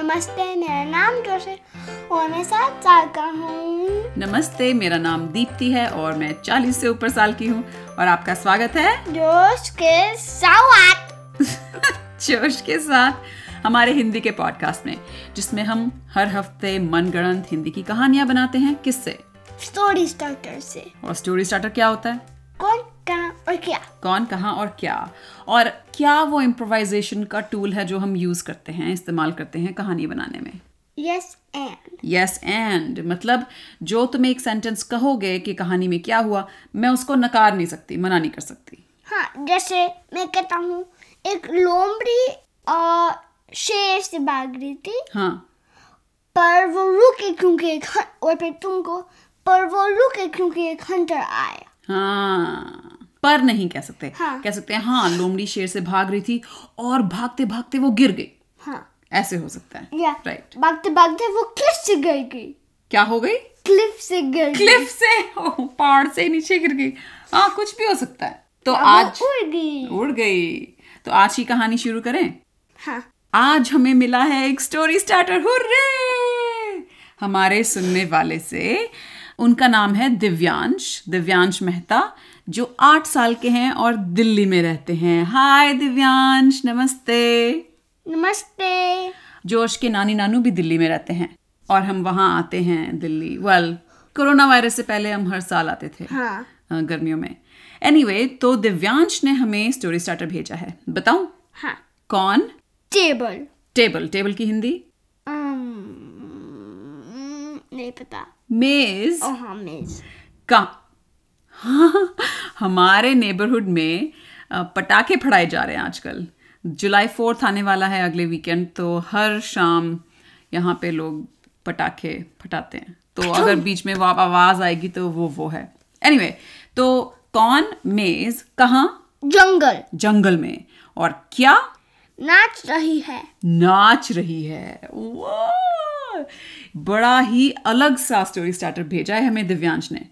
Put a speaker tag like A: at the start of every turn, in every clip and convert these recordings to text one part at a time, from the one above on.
A: नमस्ते मेरा नाम जोश है और मैं सात साल का हूँ
B: नमस्ते मेरा नाम दीप्ति है और मैं 40 से ऊपर साल की हूँ और आपका स्वागत है
A: जोश के साथ
B: जोश के साथ हमारे हिंदी के पॉडकास्ट में जिसमें हम हर हफ्ते मनगढ़ंत हिंदी की कहानियां बनाते हैं किससे
A: स्टोरी स्टार्टर से
B: और स्टोरी स्टार्टर क्या होता है
A: कौन कहाँ और क्या
B: कौन कहाँ और क्या और क्या वो इम्प्रोवाइजेशन का टूल है जो हम यूज़ करते हैं इस्तेमाल करते हैं कहानी बनाने में
A: यस एंड
B: यस एंड मतलब जो तुम एक सेंटेंस कहोगे कि कहानी में क्या हुआ मैं उसको नकार नहीं सकती मना नहीं कर सकती
A: हाँ जैसे मैं कहता हूँ एक लोमड़ी और शेर से भाग रही थी
B: हाँ
A: पर वो रुके क्योंकि एक हं- और फिर तुमको पर वो रुके क्योंकि एक हंटर आया
B: हाँ पर नहीं कह सकते
A: हाँ।
B: कह सकते हैं हाँ लोमड़ी शेर से भाग रही थी और भागते भागते वो गिर गई
A: हाँ
B: ऐसे हो सकता है
A: या
B: राइट
A: भागते भागते वो क्लिफ से गिर गई
B: क्या हो गई
A: क्लिफ से गिर गई
B: क्लिफ से ओह, पहाड़ से नीचे गिर गई हाँ कुछ भी हो सकता है तो
A: अब वो
B: आज
A: उड़ गई
B: उड़ गई तो आज की कहानी शुरू करें
A: हाँ
B: आज हमें मिला है एक स्टोरी स्टार्टर हुर्रे हमारे सुनने वाले से उनका नाम है दिव्यांश दिव्यांश मेहता जो आठ साल के हैं और दिल्ली में रहते हैं हाय दिव्यांश नमस्ते
A: नमस्ते
B: जोश के नानी नानू भी दिल्ली में रहते हैं और हम वहाँ आते हैं दिल्ली वेल कोरोना वायरस से पहले हम हर साल आते थे
A: हाँ
B: अ, गर्मियों में एनीवे anyway, तो दिव्यांश ने हमें स्टोरी स्टार्टर भेजा है बताऊं
A: हाँ
B: कौन
A: टेबल
B: टेबल टेबल की हिंदी
A: अम्म, नहीं पता
B: मेज
A: ओ हाँ मेज
B: का हाँ, हमारे नेबरहुड में अ, पटाखे फड़ाए जा रहे हैं आजकल जुलाई फोर्थ आने वाला है अगले वीकेंड तो हर शाम यहाँ पे लोग पटाखे फटाते हैं तो अगर बीच में वो आवाज़ आएगी तो वो वो है एनीवे anyway, तो कौन मेज कहाँ
A: जंगल
B: जंगल में और क्या
A: नाच रही है
B: नाच रही है वाह! बड़ा ही अलग सा स्टोरी स्टार्टर भेजा है हमें दिव्यांश ने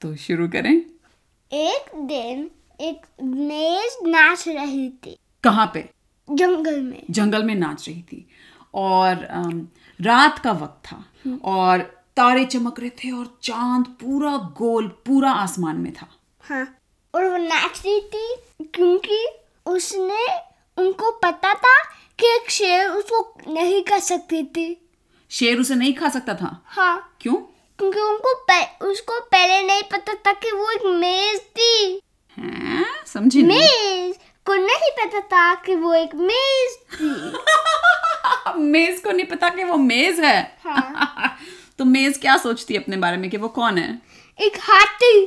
B: तो शुरू करें
A: एक दिन एक मेज नाच रही थी
B: कहाँ पे
A: जंगल में
B: जंगल में नाच रही थी और अम, रात का वक्त था
A: हम्म।
B: और तारे चमक रहे थे और चांद पूरा गोल पूरा आसमान में था
A: हाँ और वो नाच रही थी क्योंकि उसने उनको पता था कि एक शेर उसको नहीं कर सकती थी
B: शेर उसे नहीं खा सकता था
A: हाँ
B: क्यों
A: क्योंकि उनको पह, उसको पहले नहीं पता था कि वो एक मेज थी
B: हैं? समझी नहीं
A: मेज को नहीं पता था कि वो एक मेज थी
B: मेज को नहीं पता कि वो मेज है
A: हाँ
B: तो मेज क्या सोचती है अपने बारे में कि वो कौन है
A: एक हाथी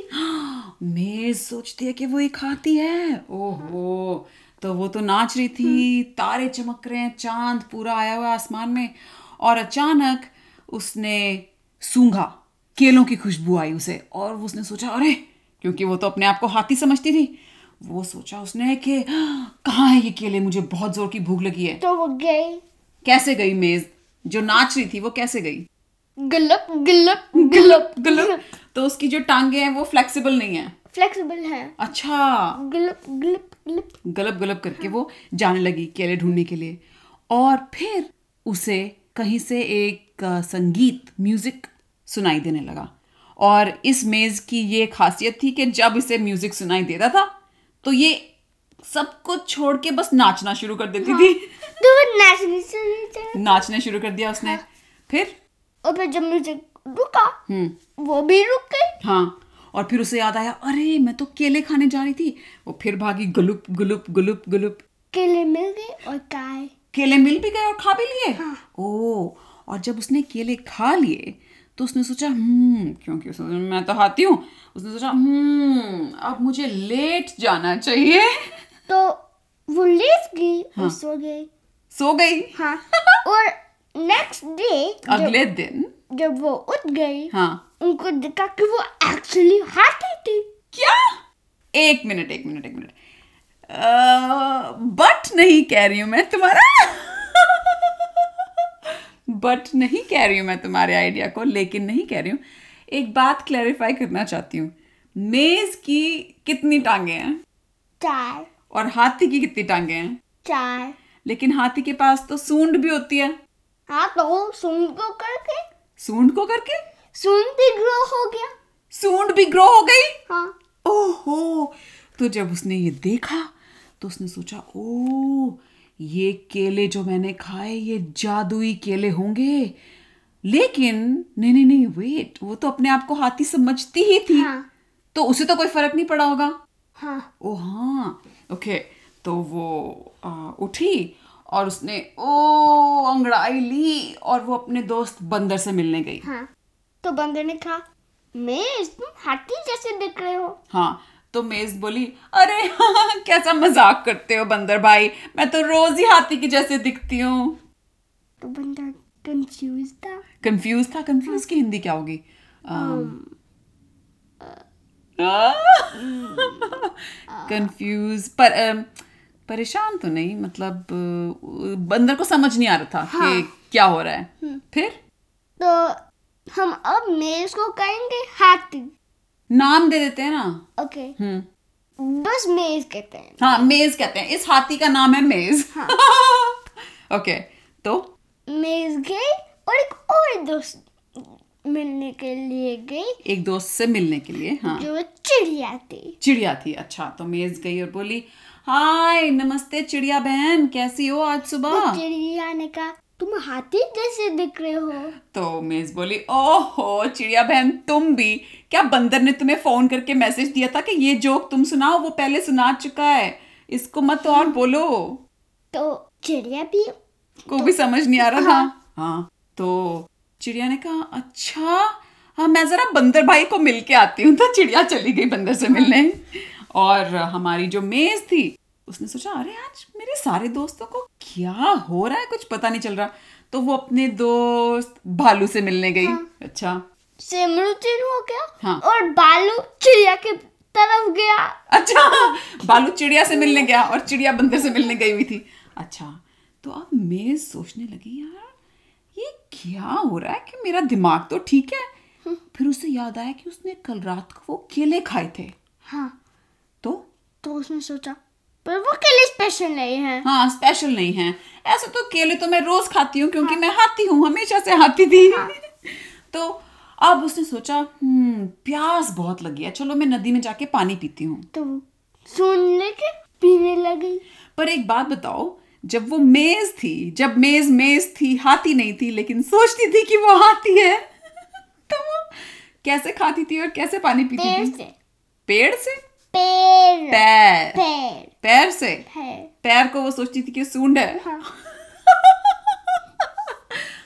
B: मेज सोचती है कि वो एक हाथी है ओहो तो वो तो नाच रही थी तारे चमक रहे हैं चांद पूरा आया हुआ है आसमान में और अचानक उसने सूंघा केलों की खुशबू आई उसे और वो उसने सोचा अरे क्योंकि वो तो अपने आप को हाथी समझती थी वो सोचा उसने कि कहाँ है ये केले मुझे बहुत जोर की भूख लगी है
A: तो वो गई
B: कैसे गई मेज जो नाच रही थी वो कैसे गई
A: गलप गलप गलप
B: गलत तो उसकी जो टांगे हैं वो फ्लेक्सिबल नहीं है
A: फ्लेक्सिबल है
B: अच्छा
A: गलप गलप गलप
B: गलब गलब करके वो जाने लगी केले ढूंढने के लिए और फिर उसे कहीं से एक अ, संगीत म्यूजिक सुनाई देने लगा और इस मेज की ये खासियत थी कि जब इसे म्यूजिक सुनाई देता था तो ये सब कुछ छोड़ के बस नाचना शुरू कर देती थी
A: तो वो नाचने से नीचे
B: नाचने शुरू कर दिया उसने फिर
A: और फिर जब मुझे रुका
B: हम्म
A: वो भी रुक गई
B: हाँ और फिर उसे याद आया अरे मैं तो केले खाने जा रही थी वो फिर भागी गुलुप गुलुप गुलुप गुलुप
A: केले मिल गए और गाय
B: केले मिल भी गए और खा भी लिए ओ और जब उसने केले खा लिए तो उसने सोचा हम्म क्योंकि उसने सोचा, मैं तो हाथी हूँ उसने सोचा हम्म अब मुझे लेट जाना चाहिए
A: तो वो लेट गई और सो गई
B: सो गई
A: हाँ और नेक्स्ट डे जब,
B: अगले दिन
A: जब वो उठ गई
B: हाँ
A: उनको देखा कि वो एक्चुअली हाथी थी
B: क्या एक मिनट एक मिनट एक मिनट बट नहीं कह रही हूं मैं तुम्हारा बट नहीं कह रही हूं मैं तुम्हारे आइडिया को लेकिन नहीं कह रही हूं एक बात क्लैरिफाई करना चाहती हूँ मेज की कितनी टांगे हैं
A: चार
B: और हाथी की कितनी टांगे हैं
A: चार
B: लेकिन हाथी के पास तो सूंड भी होती है
A: हाँ तो वो सुन को करके
B: सूंड को करके
A: सुन भी ग्रो हो गया
B: सूंड भी ग्रो हो गई
A: हाँ
B: ओहो तो जब उसने ये देखा तो उसने सोचा ओ ये केले जो मैंने खाए ये जादुई केले होंगे लेकिन नहीं नहीं नहीं वेट वो तो अपने आप को हाथी समझती ही थी
A: हाँ।
B: तो उसे तो कोई फर्क नहीं पड़ा होगा
A: हाँ
B: ओ हाँ ओके तो वो आ, उठी और उसने ओ अंगड़ाई ली और वो अपने दोस्त बंदर से मिलने गई
A: हाँ तो बंदर ने कहा मैं तुम हाथी जैसे दिख रहे हो
B: हाँ तो मेज बोली अरे हाँ, कैसा मजाक करते हो बंदर भाई मैं तो रोज ही हाथी की जैसे दिखती हूँ
A: तो बंदर कंफ्यूज था
B: कंफ्यूज था कंफ्यूज की हिंदी क्या होगी Um, कंफ्यूज पर अम, परेशान तो नहीं मतलब अ, बंदर को समझ नहीं आ रहा था कि क्या हो रहा है फिर
A: तो हम अब मेज को कहेंगे हाथी
B: नाम दे देते हैं ना
A: ओके
B: हम्म
A: बस मेज कहते हैं
B: हाँ मेज कहते हैं इस हाथी का नाम है मेज ओके तो
A: मेज गई और एक और दोस्त मिलने के लिए गई
B: एक दोस्त से मिलने के लिए हाँ
A: जो एक चिड़िया थी
B: चिड़िया थी अच्छा तो मेज गई और बोली हाय नमस्ते चिड़िया बहन कैसी हो आज
A: तो
B: सुबह
A: चिड़िया ने कहा तुम हाथी जैसे दिख रहे हो
B: तो मेज बोली ओहो चिड़िया बहन तुम भी क्या बंदर ने तुम्हें फोन करके मैसेज दिया था कि ये जोक तुम सुनाओ वो पहले सुना चुका है इसको मत और बोलो
A: तो चिड़िया भी
B: को भी समझ नहीं आ रहा था हाँ तो चिड़िया ने कहा अच्छा हाँ मैं जरा बंदर भाई को मिल के आती हूँ तो चिड़िया चली गई बंदर से मिलने और हमारी जो मेज थी उसने सोचा अरे आज मेरे सारे दोस्तों को क्या हो रहा है कुछ पता नहीं चल रहा तो वो अपने दोस्त भालू से मिलने गई अच्छा
A: सिमरुचिन हो गया
B: हाँ।
A: और बालू चिड़िया के तरफ गया
B: अच्छा बालू चिड़िया से मिलने गया और चिड़िया बंदर से मिलने गई हुई थी अच्छा तो अब मैं सोचने लगी यार ये क्या हो रहा है कि मेरा दिमाग तो ठीक है फिर उसे याद आया कि उसने कल रात को वो केले खाए थे
A: हाँ
B: तो
A: तो उसने सोचा पर वो केले स्पेशल नहीं है
B: हाँ स्पेशल नहीं है ऐसे तो केले तो मैं रोज खाती हूँ क्योंकि मैं हाथी हूँ हमेशा से हाथी थी तो अब उसने सोचा "हम्म, प्यास बहुत लगी है चलो मैं नदी में जाके पानी पीती हूँ
A: तो वो सुन लेके पीने लगी
B: पर एक बात बताओ जब वो मेज थी जब मेज मेज थी हाथी नहीं थी लेकिन सोचती थी कि वो हाथी है तो वो कैसे खाती थी और कैसे पानी पीती
A: पेड़
B: थी
A: से
B: पेड़ से
A: पेड़
B: पैर
A: पेड़
B: पैर से
A: पेड़
B: पैर को वो सोचती थी कि सूंड है
A: हाँ।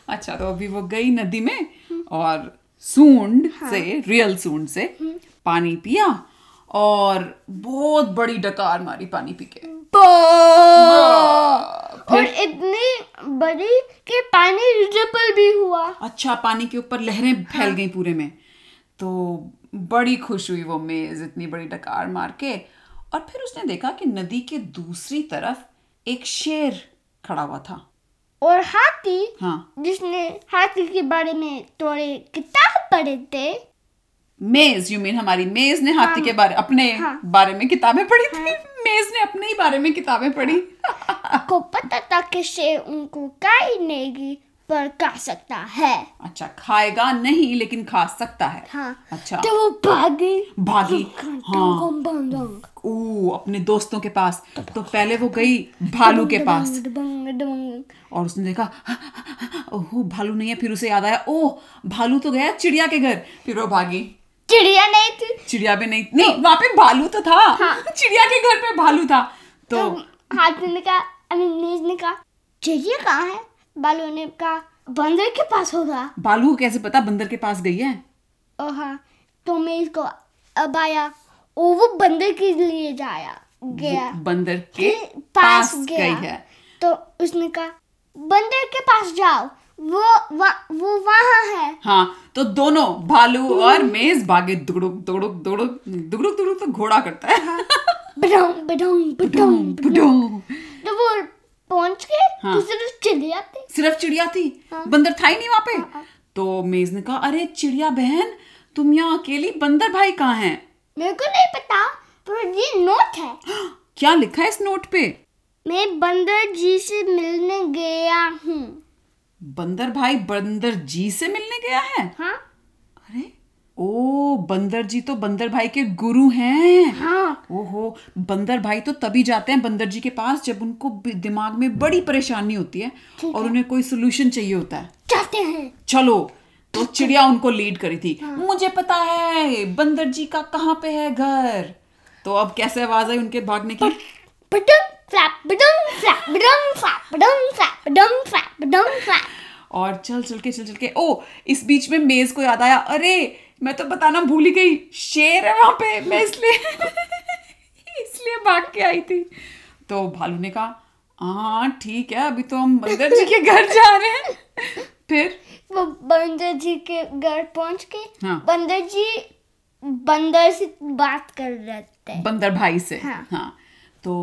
B: अच्छा तो अभी वो गई नदी में और सूंड से रियल सूंड से पानी पिया और बहुत बड़ी डकार मारी पानी पी के वाह!
A: और इतनी बड़ी कि पानी रिजेबल भी हुआ
B: अच्छा पानी के ऊपर
A: हाँ।
B: लहरें फैल गई पूरे में तो बड़ी खुश हुई वो मेज इतनी बड़ी डकार मार के और फिर उसने देखा कि नदी के दूसरी तरफ एक शेर खड़ा हुआ था
A: और हाथी
B: हाँ
A: जिसने हाथी के बारे में थोड़े किताब पढ़े थे
B: मेज यू मीन हमारी मेज ने हाथी के बारे अपने
A: हाँ।
B: बारे में किताबें पढ़ी थी मेज ने अपने ही बारे में किताबें पढ़ी
A: हाँ। को पता था कि शेर उनको काई नहीं पर खा सकता है
B: अच्छा खाएगा नहीं लेकिन खा सकता है
A: हाँ।
B: अच्छा
A: तो वो भागी
B: भागी हाँ
A: डंगम बंग डंग,
B: ओ अपने दोस्तों के पास तो पहले वो गई
A: तो
B: भालू के पास
A: डंग, डंग, डंग।
B: और उसने देखा ओहो भालू नहीं है फिर उसे याद आया ओह भालू तो गया चिड़िया के घर फिर वो भागी
A: चिड़िया नहीं थी
B: चिड़िया भी नहीं नहीं वहां पे भालू तो था चिड़िया के घर पे भालू था तो
A: हाँ। तो हाथी ने कहा आई मीन नीज ने कहा चिड़िया कहाँ है बालू ने कहा बंदर के पास होगा
B: भालू को कैसे पता बंदर के पास गई है
A: और हाँ तो मैं इसको अब आया और वो बंदर के लिए जाया गया
B: वो बंदर के
A: के
B: पास
A: पास
B: गई
A: गया।
B: है
A: तो उसने कहा बंदर के पास जाओ वो वा, वो वहाँ है
B: हाँ तो दोनों
A: तो-
B: भालू और मेज भागे दुगड़ुक दुगड़ुक दुगड़ुक दुगड़ुक दुगड़ुक तो घोड़ा करता है
A: हाँ। बडों बडों बडों
B: डुम, डुम।
A: तो वो पहुंच के
B: हाँ।
A: तो सिर्फ चिड़िया थी
B: सिर्फ चिड़िया थी बंदर था ही नहीं वहां पे तो मेज ने कहा अरे चिड़िया बहन तुम यहाँ अकेली बंदर भाई कहाँ हैं
A: मेरे को नहीं पता पर ये नोट है
B: क्या लिखा है इस नोट पे
A: मैं बंदर जी से मिलने गया हूँ
B: बंदर भाई बंदर जी से मिलने गया है
A: हाँ
B: अरे ओ बंदर जी तो बंदर भाई के गुरु हैं
A: हाँ
B: ओहो बंदर भाई तो तभी जाते हैं बंदर जी के पास जब उनको बि- दिमाग में बड़ी परेशानी होती है और उन्हें कोई सोल्यूशन चाहिए होता है
A: जाते हैं
B: चलो तो चिड़िया उनको लीड करी थी मुझे पता है बंदर जी का कहाँ पे है घर तो अब कैसे आवाज आई उनके भागने की
A: button flap button flap button flap button flap button flap button flap
B: और चल चल के चल चल के ओ इस बीच में मेज को याद आया अरे मैं तो बताना भूल ही गई शेर है वहां पे मैं इसलिए इसलिए भाग के आई थी तो भालू ने कहा हाँ ठीक है अभी तो हम बंदर जी के घर जा रहे हैं फिर
A: वो बंदर जी के घर पहुंच के
B: हाँ।
A: बंदर जी बंदर से बात कर रहे थे
B: बंदर भाई से
A: हाँ।
B: तो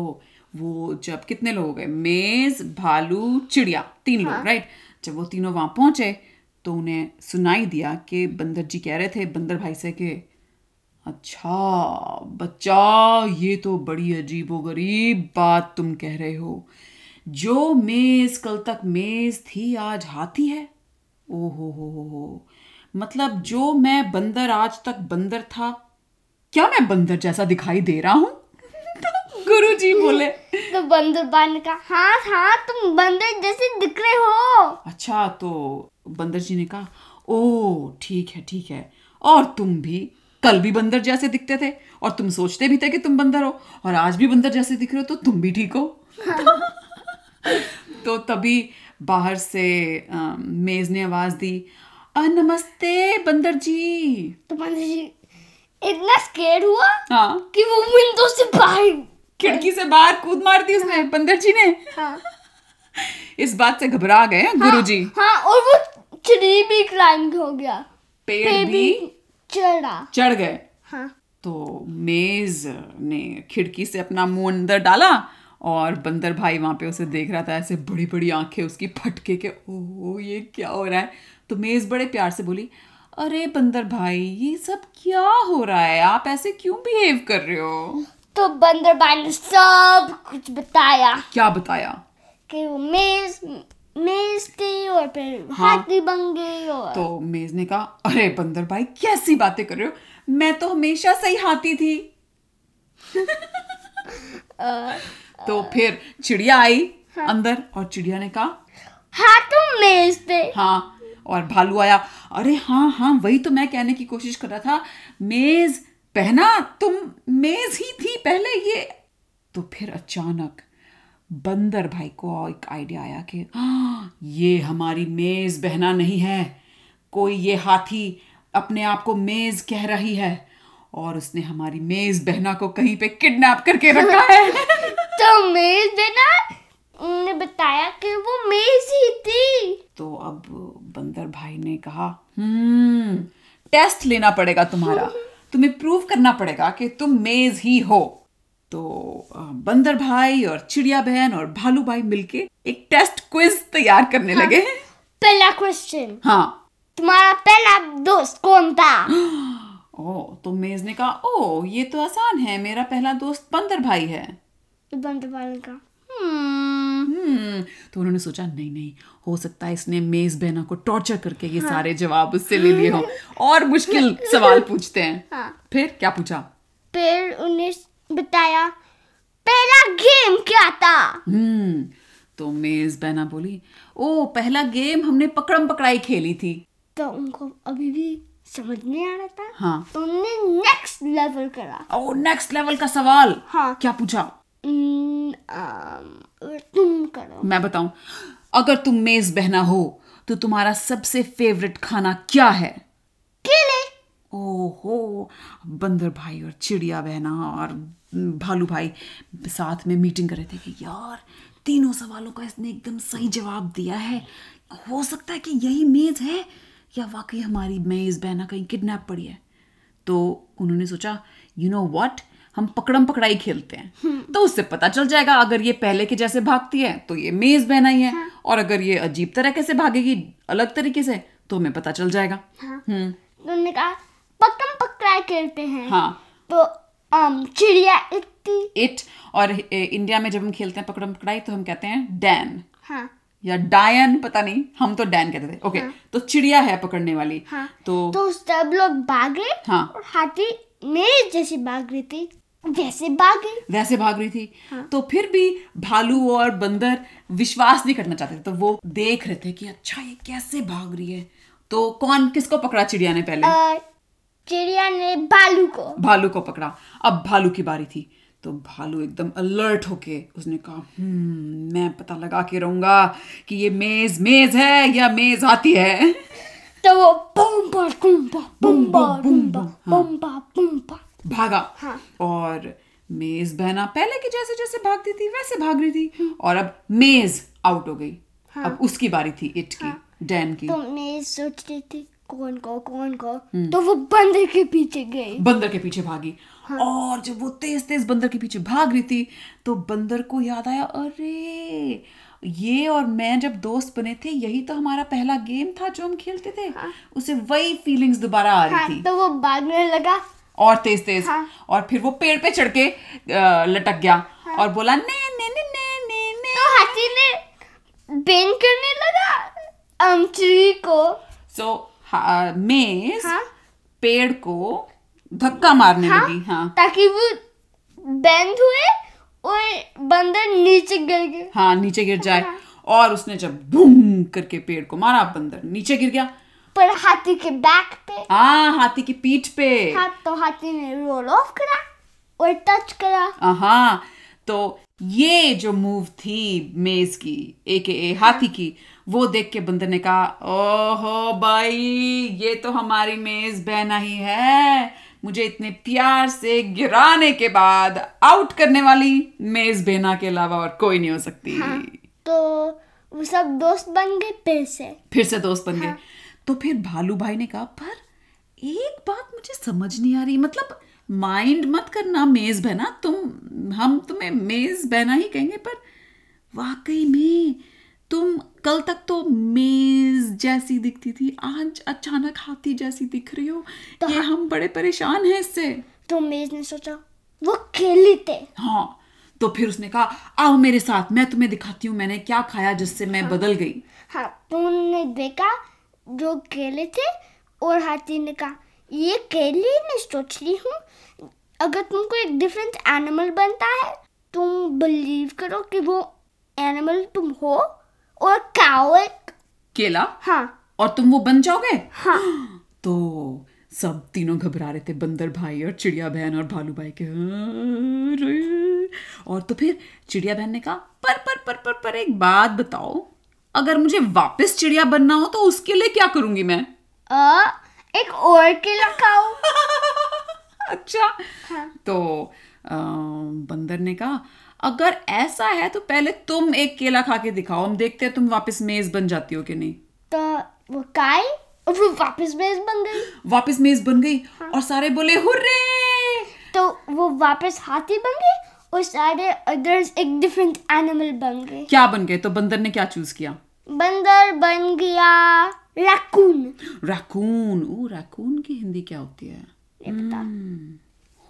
B: वो जब कितने लोग हो गए मेज भालू चिड़िया तीन लोग राइट जब वो तीनों वहां पहुंचे तो उन्हें सुनाई दिया कि बंदर जी कह रहे थे बंदर भाई से कि अच्छा बच्चा ये तो बड़ी अजीबोगरीब बात तुम कह रहे हो जो मेज कल तक मेज थी आज हाथी है ओ हो हो हो हो मतलब जो मैं बंदर आज तक बंदर था क्या मैं बंदर जैसा दिखाई दे रहा हूँ तो गुरु जी बोले
A: तो बंदर बाई ने कहा हाँ हाँ तुम बंदर जैसे दिख रहे हो
B: अच्छा तो बंदर जी ने कहा ओ ठीक है ठीक है और तुम भी कल भी बंदर जैसे दिखते थे और तुम सोचते भी थे कि तुम बंदर हो और आज भी बंदर जैसे दिख रहे हो तो तुम भी ठीक हो तो तभी बाहर से अम, मेज ने आवाज दी "अ, नमस्ते बंदर जी
A: तो बंदर जी इतना स्केर हुआ
B: हाँ
A: कि वो विंडो से बाहर
B: खिड़की से बाहर कूद मार दी उसने बंदर जी ने
A: हाँ
B: इस बात से घबरा गए गुरु जी
A: हाँ और वो ट्री भी क्लाइंब हो गया
B: पेड़
A: पेड़
B: भी
A: चढ़ा
B: चढ़ गए
A: हाँ
B: तो मेज ने खिड़की से अपना मुंह अंदर डाला और बंदर भाई वहां पे उसे देख रहा था ऐसे बड़ी बड़ी आंखें उसकी फटके के ओह ये क्या हो रहा है तो मेज बड़े प्यार से बोली अरे बंदर भाई ये सब क्या हो रहा है आप ऐसे क्यों बिहेव कर रहे हो
A: तो बंदर बाई ने सब कुछ बताया
B: क्या बताया
A: कि वो मेज मेज थी और फिर
B: हाँ।
A: हाथी बन गई और
B: तो मेज ने कहा अरे बंदर भाई कैसी बातें कर रहे हो मैं तो हमेशा सही हाथी थी तो फिर चिड़िया आई अंदर और चिड़िया ने कहा
A: हाँ तो मेज थे
B: हाँ और भालू आया अरे हाँ हाँ वही तो मैं कहने की कोशिश कर रहा था मेज पहना तुम मेज ही थी पहले ये तो फिर अचानक बंदर भाई को एक आइडिया आया कि "हाँ, ये हमारी मेज बहना नहीं है कोई ये हाथी अपने आप को मेज कह रही है और उसने हमारी मेज बहना को कहीं पे किडनैप करके रखा है
A: तो मेज देना उन्होंने बताया कि वो मेज ही थी
B: तो अब बंदर भाई ने कहा हम्म टेस्ट लेना पड़ेगा तुम्हारा तुम्हें प्रूव करना पड़ेगा कि तुम मेज ही हो तो अ, बंदर भाई और चिड़िया बहन और भालू भाई मिलके एक टेस्ट क्विज तैयार करने लगे
A: पहला क्वेश्चन
B: हाँ
A: तुम्हारा पहला दोस्त कौन था
B: ओ तो मेज ने कहा ओ ये तो आसान है मेरा पहला दोस्त बंदर भाई है
A: बंदर बाई का हम्म
B: हम्म तो उन्होंने सोचा नहीं नहीं हो सकता है इसने मेज बहना को टॉर्चर करके ये सारे जवाब उससे ले लिए हों और मुश्किल सवाल पूछते हैं
A: हाँ।
B: फिर क्या पूछा
A: फिर उन्हें बताया पहला गेम क्या था
B: हम्म तो मेज बहना बोली ओ पहला गेम हमने पकड़म पकड़ाई खेली थी
A: तो उनको अभी भी समझ नहीं आ रहा था
B: हाँ
A: तो उन्हें नेक्स्ट लेवल करा
B: ओ नेक्स्ट लेवल का सवाल
A: हाँ।
B: क्या पूछा
A: हम्म, अम, तुम करो
B: मैं बताऊं अगर तुम मेज बहना हो तो तुम्हारा सबसे फेवरेट खाना क्या है
A: केले
B: ओहो बंदर भाई और चिड़िया बहना और भालू भाई साथ में मीटिंग कर रहे थे कि यार तीनों सवालों का इसने एकदम सही जवाब दिया है हो सकता है कि यही मेज है या वाकई हमारी मेज बहना कहीं किडनैप पड़ी है तो उन्होंने सोचा यू नो व्हाट हम पकड़म पकड़ाई खेलते हैं तो उससे पता चल जाएगा अगर ये पहले के जैसे भागती है तो ये मेज बहना ही है और अगर ये अजीब तरह से भागेगी अलग तरीके से तो हमें पता चल जाएगा
A: हाँ।
B: हम्म
A: तो उन्होंने कहा पकड़म पकड़ाई खेलते हैं
B: हाँ
A: तो अम, चिड़िया एक थी
B: इट और ए, इंडिया में जब हम खेलते हैं पकड़म पकड़ाई तो हम कहते हैं डैन
A: हाँ
B: या डायन पता नहीं हम तो डैन कहते थे ओके तो चिड़िया है पकड़ने वाली
A: हाँ।
B: तो
A: तो सब लोग भागे
B: हाँ।
A: और हाथी मेरे जैसे भाग रही थी वैसे भागे
B: वैसे भाग रही थी तो फिर भी भालू और बंदर विश्वास नहीं करना चाहते थे तो वो देख रहे थे कि अच्छा ये कैसे भाग रही है तो कौन किसको पकड़ा चिड़िया ने पहले
A: और चिड़िया ने भालू को
B: भालू को पकड़ा अब भालू की बारी थी तो भालू एकदम अलर्ट होके उसने कहा "हम्म, मैं पता लगा के रहूंगा कि ये मेज मेज है या मेज आती है
A: तो वो बुम्बा कुम्बा बुम्बा बुम्बा
B: हाँ।
A: बुम्बा बुम्बा
B: भागा
A: हाँ।
B: और मेज बहना पहले की जैसे जैसे भागती थी वैसे भाग रही थी और अब मेज आउट हो गई
A: हाँ।
B: अब उसकी बारी थी इट की डैन की
A: तो मैं सोच रही थी कौन को कौन को
B: हम्म।
A: तो वो बंदर के पीछे गई
B: बंदर के पीछे भागी
A: हाँ।
B: और जब वो तेज तेज बंदर के पीछे भाग रही थी तो बंदर को याद आया अरे ये और मैं जब दोस्त बने थे यही तो हमारा पहला गेम था जो हम खेलते थे उसे वही फीलिंग्स दोबारा आ
A: हाँ
B: रही थी
A: तो वो भागने लगा तो
B: और तेज तेज
A: हाँ।
B: और फिर वो पेड़ पे चढ़ के अ, लटक गया
A: हाँ।
B: और बोला ने ने ने ने ने ने
A: तो हाथी ने बेन करने लगा अमचुरी को
B: सो मेज
A: हाँ।
B: पेड़ को धक्का मारने लगी हाँ
A: ताकि वो बंद हुए और बंदर नीचे गिर गए
B: हाँ नीचे गिर जाए और उसने जब बूम करके पेड़ को मारा बंदर नीचे गिर गया
A: पर हाथी के बैक पे
B: हाँ हाथी की पीठ पे
A: हाँ तो हाथी ने रोल ऑफ करा और टच करा
B: हाँ तो ये जो मूव थी मेज की ए के ए हाथी की वो देख के बंदर ने कहा ओहो भाई ये तो हमारी मेज बहना ही है मुझे इतने प्यार से गिराने के बाद आउट करने वाली मेज बहना के अलावा और कोई नहीं हो सकती
A: तो वो सब दोस्त बन गए फिर से
B: फिर से दोस्त बन गए तो फिर भालू भाई ने कहा पर एक बात मुझे समझ नहीं आ रही मतलब माइंड मत करना मेज बहना तुम हम तुम्हें मेज बहना ही कहेंगे पर वाकई में तुम कल तक तो मेज जैसी दिखती थी आज अचानक हाथी जैसी दिख रही हो ये हम बड़े परेशान हैं इससे
A: तो मेज ने सोचा वो खेली थे
B: हाँ तो फिर उसने कहा आओ मेरे साथ मैं तुम्हें दिखाती हूँ मैंने क्या खाया जिससे मैं बदल गई
A: हाँ तो उन्होंने देखा जो केले थे और हाथी ने कहा ये केले मैं सोच रही हूँ अगर तुमको एक डिफरेंट एनिमल बनता है तुम बिलीव करो कि वो एनिमल तुम हो और काओ एक
B: केला
A: हाँ
B: और तुम वो बन जाओगे
A: हाँ
B: तो सब तीनों घबरा रहे थे बंदर भाई और चिड़िया बहन और भालू भाई के "अरे!" और तो फिर चिड़िया बहन ने कहा पर पर पर पर पर एक बात बताओ अगर मुझे वापस चिड़िया बनना हो तो उसके लिए क्या करूंगी मैं
A: अ, एक और केला खाओ
B: अच्छा
A: हाँ।
B: तो अ, बंदर ने कहा अगर ऐसा है तो पहले तुम एक केला खा के दिखाओ हम देखते हैं तुम वापस मेज बन जाती हो कि नहीं
A: तो वो खाई और फिर वापस मेज बन गई
B: वापस मेज बन गई और सारे बोले हुर्रे
A: तो वो वापस हाथी बन गई और सारे अदर्स एक डिफरेंट एनिमल बन गए
B: क्या बन गए तो बंदर ने क्या चूज किया
A: बंदर बन गया रैकून
B: रैकून ओ रैकून की हिंदी क्या होती है
A: ये बता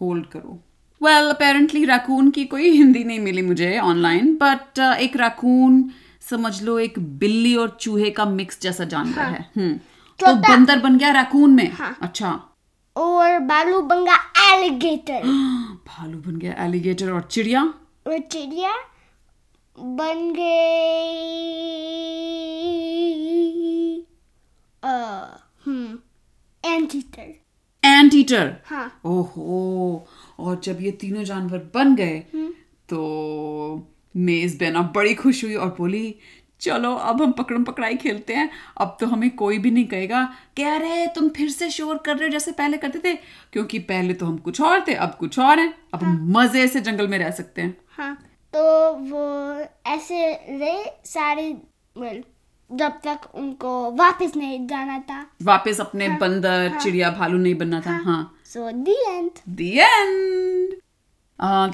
B: होल्ड करो वेल अपेरेंटली रैकून की कोई हिंदी नहीं मिली मुझे ऑनलाइन बट एक रैकून समझ लो एक बिल्ली और चूहे का मिक्स जैसा जानवर है हम्म तो
A: तोता।
B: बंदर बन गया रैकून में अच्छा
A: और बालू बन गया एलिगेटर
B: भालू बन गया एलिगेटर और चिड़िया
A: और चिड़िया बन गई अ, हम्म एंटीटर
B: एंट ईटर
A: हाँ
B: ओहो और जब ये तीनों जानवर बन गए तो मेज बेना बड़ी खुश हुई और बोली चलो अब हम पकड़म पकड़ाई खेलते हैं अब तो हमें कोई भी नहीं कहेगा कह रहे तुम फिर से शोर कर रहे हो जैसे पहले करते थे क्योंकि पहले तो हम कुछ और थे अब कुछ और हैं अब हम मजे से जंगल में रह सकते हैं
A: हाँ तो वो ऐसे रहे सारे well, जब तक उनको वापस नहीं जाना था
B: वापस अपने बंदर चिड़िया भालू नहीं बनना था हाँ
A: so the end
B: the end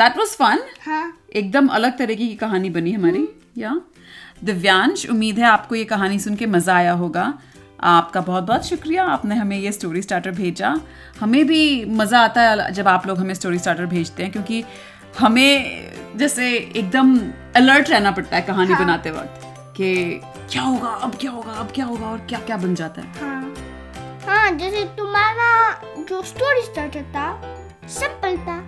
B: that was fun
A: हाँ
B: एकदम अलग तरीके की कहानी बनी हमारी या दिव्यांश उम्मीद है आपको ये कहानी सुन के मज़ा आया होगा आपका बहुत बहुत शुक्रिया आपने हमें ये स्टोरी स्टार्टर भेजा हमें भी मज़ा आता है जब आप लोग हमें स्टोरी स्टार्टर भेजते हैं क्योंकि हमें जैसे एकदम अलर्ट रहना पड़ता है कहानी बनाते वक्त कि क्या होगा अब क्या होगा अब क्या होगा और क्या क्या बन जाता है
A: हाँ हाँ जैसे तुम्हारा जो स्टोरी स्टार्टर था सिंपल था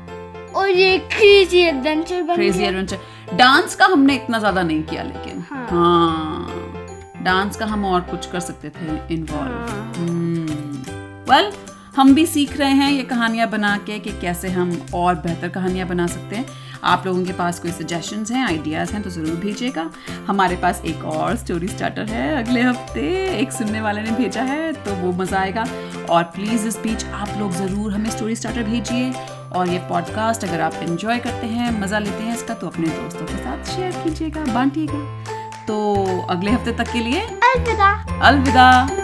A: और ये क्रेजी एडवेंचर बन
B: क्रेजी
A: गया
B: एडवेंचर डांस का हमने इतना ज्यादा नहीं किया लेकिन
A: हाँ।
B: हाँ डांस का हम और कुछ कर सकते थे इन्वॉल्व वेल Hmm. हम भी सीख रहे हैं ये कहानियाँ बना के कि कैसे हम और बेहतर कहानियाँ बना सकते हैं आप लोगों के पास कोई सजेशंस हैं आइडियाज़ हैं तो ज़रूर भेजिएगा हमारे पास एक और स्टोरी स्टार्टर है अगले हफ्ते एक सुनने वाले ने भेजा है तो वो मज़ा आएगा और प्लीज़ इस बीच आप लोग ज़रूर हमें स्टोरी स्टार्टर भेजिए और ये पॉडकास्ट अगर आप इन्जॉय करते हैं मज़ा लेते हैं इसका तो अपने दोस्तों के साथ शेयर कीजिएगा बांटिएगा तो अगले हफ्ते तक के लिए
A: अलविदा
B: अलविदा